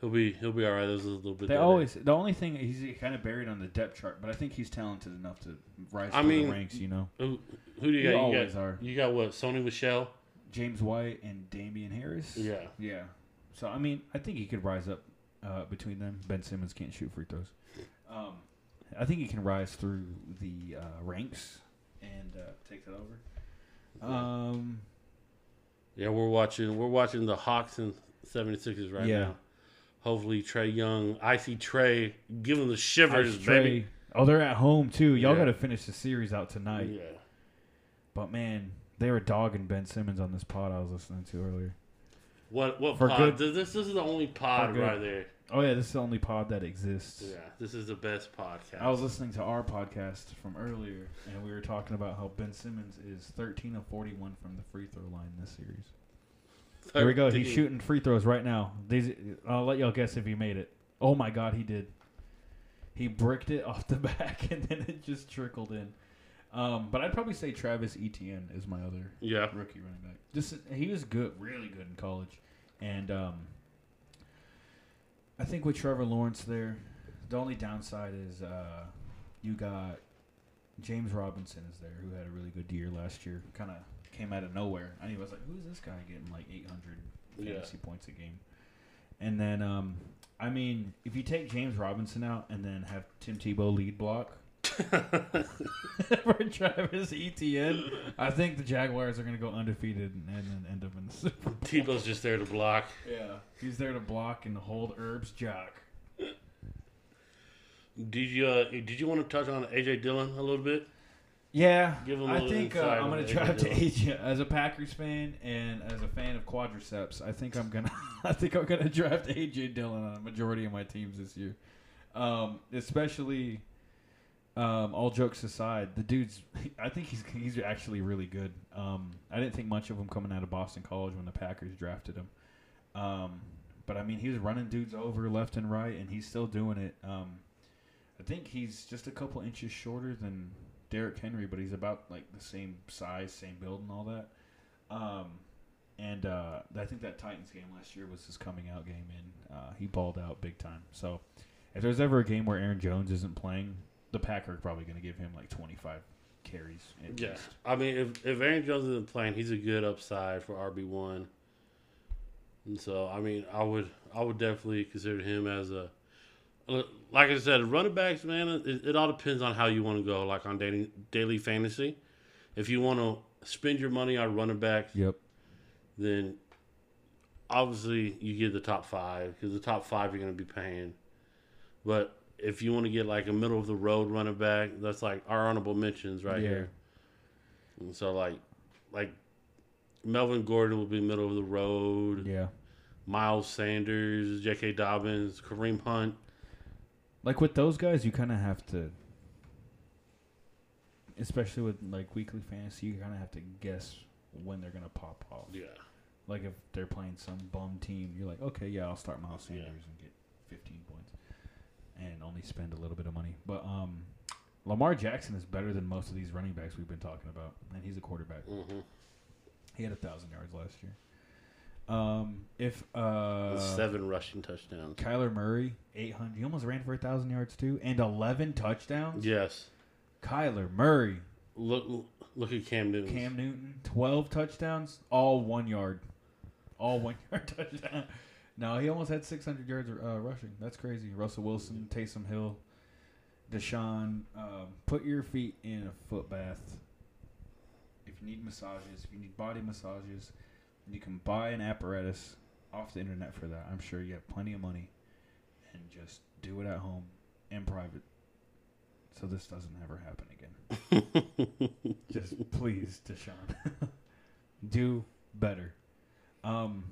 Speaker 1: He'll be he'll be all right. This is a little bit.
Speaker 2: They
Speaker 1: better.
Speaker 2: always. The only thing he's kind of buried on the depth chart, but I think he's talented enough to rise
Speaker 1: I
Speaker 2: through
Speaker 1: mean,
Speaker 2: the ranks. You know,
Speaker 1: Who, who do you
Speaker 2: You
Speaker 1: got? You,
Speaker 2: always
Speaker 1: got
Speaker 2: are.
Speaker 1: you got what? Sony Michelle.
Speaker 2: James White and Damian Harris.
Speaker 1: Yeah.
Speaker 2: Yeah. So I mean, I think he could rise up uh, between them. Ben Simmons can't shoot free throws. Um, I think he can rise through the uh, ranks and uh, take that over. Um,
Speaker 1: Yeah, we're watching we're watching the Hawks and 76ers right
Speaker 2: Yeah.
Speaker 1: now. Hopefully Trey Young, I see Trey, give him the shivers,
Speaker 2: Ice
Speaker 1: baby.
Speaker 2: Trey. Oh, they're at home too. Y'all
Speaker 1: Yeah.
Speaker 2: got to finish the series out tonight.
Speaker 1: Yeah.
Speaker 2: But man, they were dogging Ben Simmons on this pod I was listening to earlier.
Speaker 1: What what
Speaker 2: For
Speaker 1: pod?
Speaker 2: good.
Speaker 1: This, this this is the only pod
Speaker 2: For good.
Speaker 1: right there.
Speaker 2: Oh yeah, this is the only pod that exists.
Speaker 1: Yeah, this is the best podcast.
Speaker 2: I was listening to our podcast from earlier, and we were talking about how Ben Simmons is 13 of 41 from the free throw line this series. Here we go. He's
Speaker 1: 13.
Speaker 2: shooting free throws right now. These, I'll let y'all guess if he made it. Oh my God, he did. He bricked it off the back, and then it just trickled in. Um, but I'd probably say Travis Etienne is my other
Speaker 1: Yeah.
Speaker 2: rookie running back. Just he was good, really good in college, and um, I think with Trevor Lawrence there, the only downside is uh, you got James Robinson is there, who had a really good year last year, kind of came out of nowhere. I was like, who is this guy getting like 800
Speaker 1: Yeah.
Speaker 2: fantasy points a game? And then, um, I mean, if you take James Robinson out and then have Tim Tebow lead block, for Travis Etienne, I think the Jaguars are going to go undefeated and, and then end up in the Super Bowl.
Speaker 1: Tebow's just there to block.
Speaker 2: Yeah. He's there to block and hold Herb's jock.
Speaker 1: Did you uh, did you want to touch on AJ Dillon a little bit?
Speaker 2: Yeah.
Speaker 1: Give him a
Speaker 2: I
Speaker 1: little
Speaker 2: think uh,
Speaker 1: insight
Speaker 2: I'm
Speaker 1: on
Speaker 2: going to
Speaker 1: AJ
Speaker 2: drive to
Speaker 1: Dillon.
Speaker 2: Asia as a Packers fan and as a fan of quadriceps. I think I'm going to I think I'm going to draft AJ Dillon on a majority of my teams this year. Um, especially um, all jokes aside, the dude's. I think he's he's actually really good. Um, I didn't think much of him coming out of Boston College when the Packers drafted him, um, but I mean he was running dudes over left and right, and he's still doing it. Um, I think he's just a couple inches shorter than Derrick Henry, but he's about like the same size, same build, and all that. Um, and uh, I think that Titans game last year was his coming out game, and uh, he balled out big time. So, if there's ever a game where Aaron Jones isn't playing, the Pack are probably going to give him like 25 carries. At
Speaker 1: Yeah.
Speaker 2: least.
Speaker 1: I mean, if, if Aaron Jones isn't playing, he's a good upside for RB one. And so, I mean, I would I would definitely consider him as a uh, like I said, running backs, man. It, it all depends on how you want to go. Like on daily daily fantasy, if you want to spend your money on running backs,
Speaker 2: Yep.
Speaker 1: then obviously you get the top five because the top five you're going to be paying. But if you want to get like a middle of the road running back, that's like our honorable mentions right
Speaker 2: Yeah.
Speaker 1: here. And so like, like Melvin Gordon will be middle of the road.
Speaker 2: Yeah.
Speaker 1: Miles Sanders, J.K. Dobbins, Kareem Hunt.
Speaker 2: Like with those guys, you kind of have to, especially with like weekly fantasy, you kind of have to guess when they're going to pop off.
Speaker 1: Yeah,
Speaker 2: Like if they're playing some bum team, you're like, okay, yeah, I'll start Miles
Speaker 1: Yeah.
Speaker 2: Sanders and get 15 points, and only spend a little bit of money. But um, Lamar Jackson is better than most of these running backs we've been talking about, and he's a quarterback.
Speaker 1: hmm
Speaker 2: He had a thousand yards last year. Um, if uh,
Speaker 1: seven rushing touchdowns.
Speaker 2: Kyler Murray, eight hundred, he almost ran for a thousand yards too, and eleven touchdowns.
Speaker 1: Yes,
Speaker 2: Kyler Murray,
Speaker 1: look look at Cam Newton.
Speaker 2: Cam Newton, twelve touchdowns, all one yard, all one yard touchdown. No, he almost had six hundred yards uh, rushing. That's crazy. Russell Wilson, Taysom Hill, Deshaun, um, put your feet in a foot bath. If you need massages, if you need body massages, you can buy an apparatus off the internet for that. I'm sure you have plenty of money, and just do it at home in private, so this doesn't ever happen again. Just please, Deshaun, do better. Um,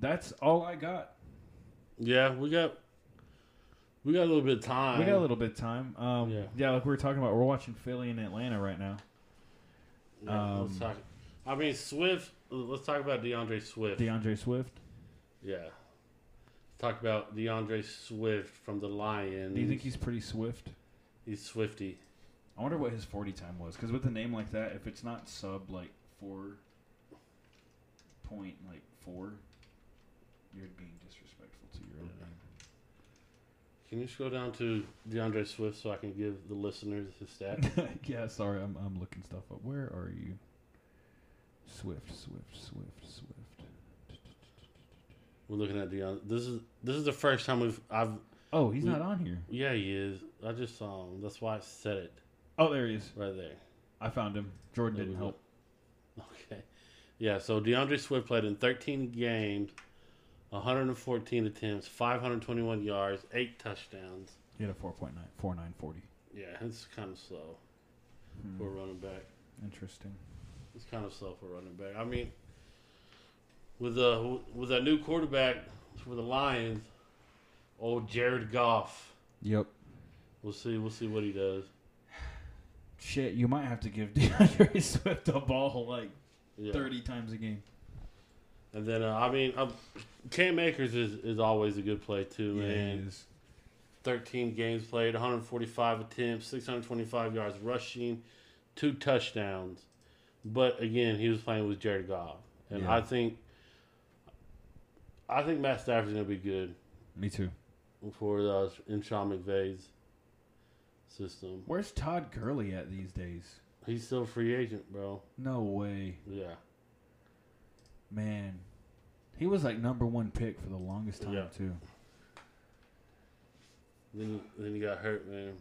Speaker 2: that's all I got.
Speaker 1: yeah, we got we got a little bit of time.
Speaker 2: We got a little bit of time. Um, yeah.
Speaker 1: Yeah.
Speaker 2: like we were talking about, we're watching Philly and Atlanta right now.
Speaker 1: Yeah, let's
Speaker 2: Um,
Speaker 1: talk. I mean, Swift. Let's talk about DeAndre Swift.
Speaker 2: DeAndre Swift.
Speaker 1: yeah. Let's talk about DeAndre Swift from the Lions.
Speaker 2: Do you think he's pretty swift?
Speaker 1: he's Swifty?
Speaker 2: I wonder what his forty time was. Because with a name like that, if it's not sub like four point like four, you're being disrespectful to your own
Speaker 1: Yeah.
Speaker 2: name.
Speaker 1: Can you scroll down to DeAndre Swift so I can give the listeners his stat?
Speaker 2: yeah, sorry, I'm I'm looking stuff up. Where are you? Swift, Swift, Swift, Swift.
Speaker 1: We're looking at DeAndre. This is this is the first time we've I've
Speaker 2: Oh, he's
Speaker 1: We-
Speaker 2: not on here.
Speaker 1: yeah he is. I just saw him. That's why I said it
Speaker 2: Oh, there he is.
Speaker 1: right there.
Speaker 2: I found him. Jordan
Speaker 1: No,
Speaker 2: didn't
Speaker 1: we
Speaker 2: help.
Speaker 1: Okay. Yeah, so DeAndre Swift played in 13 games, 114 attempts, 521 yards, eight touchdowns.
Speaker 2: He had a 4.9, 4940.
Speaker 1: Yeah, it's kind of slow
Speaker 2: Hmm.
Speaker 1: for a running back.
Speaker 2: Interesting.
Speaker 1: It's kind of slow for a running back. I mean, with a with a new quarterback for the Lions, old Jared Goff.
Speaker 2: Yep.
Speaker 1: We'll see. We'll see what he does.
Speaker 2: Shit, you might have to give DeAndre Swift a ball like
Speaker 1: Yeah.
Speaker 2: 30 times a game.
Speaker 1: And then uh, I mean, uh, Cam Akers is, is always a good play too, man.
Speaker 2: he is.
Speaker 1: 13 games played, 145 attempts, 625 yards rushing, two touchdowns. But again, he was playing with Jared Goff, and
Speaker 2: Yeah.
Speaker 1: I think I think Matt Stafford's gonna be good
Speaker 2: Me too.
Speaker 1: for uh, in Sean McVay's system.
Speaker 2: Where's Todd Gurley at these days?
Speaker 1: He's still a free agent, bro.
Speaker 2: No way.
Speaker 1: Yeah,
Speaker 2: Man. He was like number one pick for the longest time,
Speaker 1: Yeah.
Speaker 2: too.
Speaker 1: then then he got hurt, man.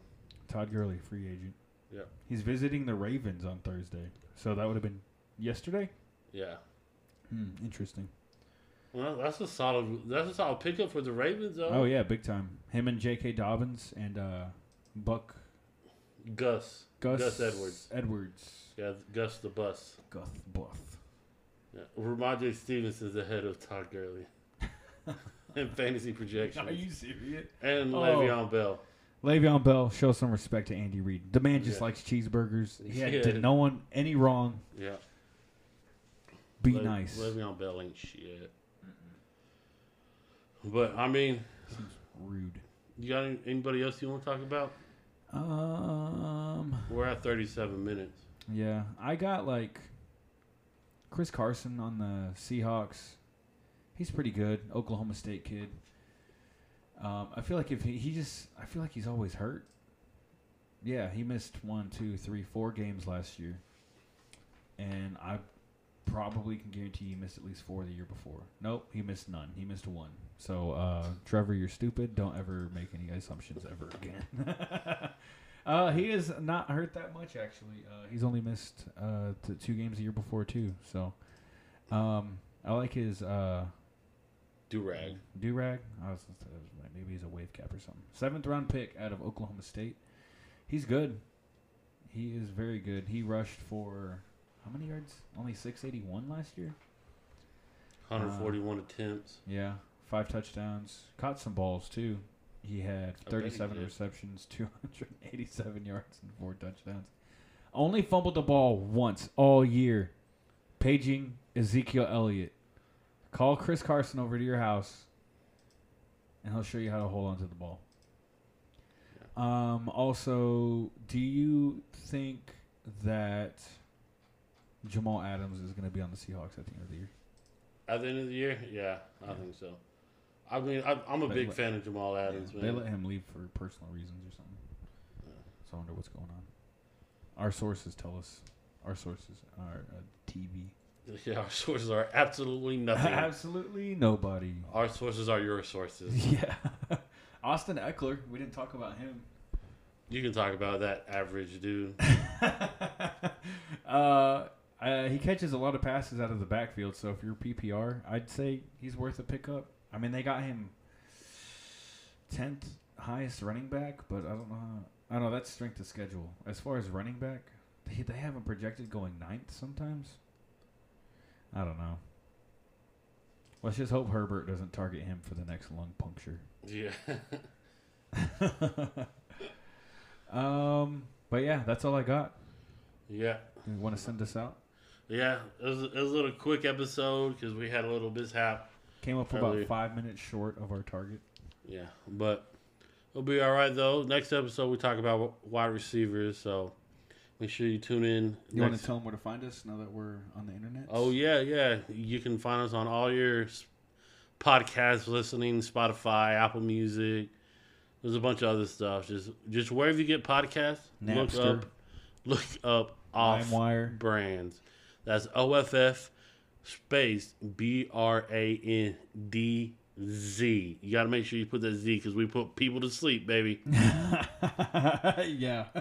Speaker 2: Todd Gurley, free agent.
Speaker 1: Yeah.
Speaker 2: He's visiting the Ravens on Thursday. So that would have been yesterday?
Speaker 1: Yeah,
Speaker 2: Hmm, interesting.
Speaker 1: well, that's a solid that's a solid pickup for the Ravens, though.
Speaker 2: Oh, yeah, big time. Him and J.K. Dobbins and uh, Buck
Speaker 1: Gus,
Speaker 2: Gus,
Speaker 1: Gus Edwards.
Speaker 2: Edwards.
Speaker 1: yeah, Gus the bus.
Speaker 2: Guth Buff.
Speaker 1: Yeah. Ramondre Stevenson's ahead of Todd Gurley in fantasy projections.
Speaker 2: serious?
Speaker 1: and
Speaker 2: Oh.
Speaker 1: Le'Veon Bell.
Speaker 2: Le'Veon Bell, show some respect to Andy Reid. The man just
Speaker 1: Yeah.
Speaker 2: likes cheeseburgers. He had-
Speaker 1: Yeah.
Speaker 2: did no one any wrong.
Speaker 1: Yeah.
Speaker 2: Be
Speaker 1: Le-
Speaker 2: nice.
Speaker 1: Le'Veon Bell ain't shit. But, I mean,
Speaker 2: Seems rude.
Speaker 1: you got any- anybody else you want to talk about?
Speaker 2: Um.
Speaker 1: We're at 37 minutes.
Speaker 2: Yeah, I got like Chris Carson on the Seahawks. He's pretty good, Oklahoma State kid. Um, I feel like if he, he just, I feel like he's always hurt. Yeah, he missed one, two, three, four games last year, and I probably can guarantee he missed at least four the year before. Nope, he missed none. He missed one. So, uh, Trevor, you're stupid. Don't ever make any assumptions ever again. Uh, he is not hurt that much actually. Uh, he's only missed uh t- two games a year before too. So, um, I like his uh
Speaker 1: Do rag.
Speaker 2: do rag. I was, I was like, maybe he's a wave cap or something. Seventh round pick out of Oklahoma State. He's good. He is very good. He rushed for how many yards? Only six eighty one last year. Uh.
Speaker 1: 141 attempts.
Speaker 2: Yeah, five touchdowns. Caught some balls too. He had
Speaker 1: bet he
Speaker 2: 37
Speaker 1: did.
Speaker 2: receptions, 287 yards, and four touchdowns. Only fumbled the ball once all year. Paging Ezekiel Elliott. Call Chris Carson over to your house, and he'll show you how to hold on to the ball. Um, also, do you think that Jamal Adams is going to be on the Seahawks at the end of the year?
Speaker 1: At the end of the year? Yeah, I
Speaker 2: Yeah.
Speaker 1: think so. I mean, I, I'm a
Speaker 2: They
Speaker 1: big
Speaker 2: let-
Speaker 1: fan of Jamal Adams,
Speaker 2: Yeah,
Speaker 1: man.
Speaker 2: They let him leave for personal reasons or something.
Speaker 1: Yeah.
Speaker 2: So I wonder what's going on. Our sources tell us. Our sources are uh, TV.
Speaker 1: yeah, our sources are absolutely nothing.
Speaker 2: Absolutely nobody.
Speaker 1: our sources are your sources.
Speaker 2: Yeah. Austin Eckler. We didn't talk about him.
Speaker 1: You can talk about that average dude.
Speaker 2: uh, uh, he catches a lot of passes out of the backfield. So if you're PPR, I'd say he's worth a pickup. I mean, they got him tenth highest running back, but I don't know. How, I don't know that's strength of schedule as far as running back. They they have him projected going ninth sometimes. I don't know. Let's just hope Herbert doesn't target him for the next lung puncture.
Speaker 1: Yeah.
Speaker 2: um, but yeah, that's all I got.
Speaker 1: yeah.
Speaker 2: You want to send us out?
Speaker 1: Yeah, it was, it was a little quick episode because we had a little mishap.
Speaker 2: Came up
Speaker 1: Earlier.
Speaker 2: about five minutes short of our target.
Speaker 1: Yeah, but it'll be all right though. Next episode we talk about wide receivers, so make sure you tune in.
Speaker 2: You want
Speaker 1: next-
Speaker 2: to tell them where to find us now that we're on the internet?
Speaker 1: oh yeah, yeah. You can find us on all your s- podcast listening, Spotify, Apple Music. There's a bunch of other stuff. Just just wherever you get podcasts, look
Speaker 2: Napster.
Speaker 1: up, look up off
Speaker 2: LimeWire.
Speaker 1: brands. That's OFF space B R A N D Z. You got to make sure you put that Z because we put people to sleep, baby.
Speaker 2: yeah.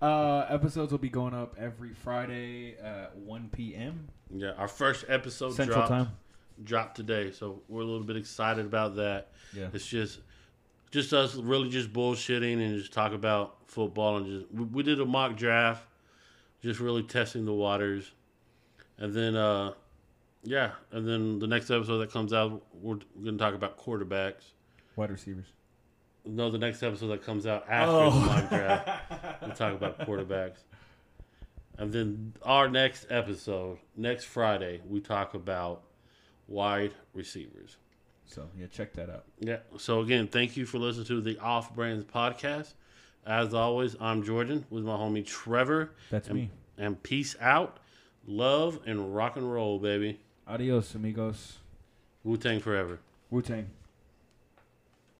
Speaker 2: Uh, episodes will be going up every Friday at 1 p.m.
Speaker 1: Yeah, our first episode
Speaker 2: Central
Speaker 1: Oh, dropped,
Speaker 2: Time.
Speaker 1: dropped today, so we're a little bit excited about that.
Speaker 2: Yeah.
Speaker 1: It's just just us really just bullshitting and just talk about football and just we, we did a mock draft, just really testing the waters, and then uh, yeah, and then the next episode that comes out, we're, we're gonna talk about quarterbacks.
Speaker 2: Wide receivers. Oh.
Speaker 1: No, the next episode that comes out after the mock draft, we'll talk about quarterbacks. And then our next episode, next Friday, we talk about wide receivers.
Speaker 2: so, yeah, check that out.
Speaker 1: Yeah. So again, thank you for listening to the Off Brands podcast. As always, I'm Jordan with my homie Trevor.
Speaker 2: That's
Speaker 1: and,
Speaker 2: me.
Speaker 1: And peace out, love, and rock and roll, baby.
Speaker 2: Adios, amigos.
Speaker 1: Wu Tang forever.
Speaker 2: Wu Tang.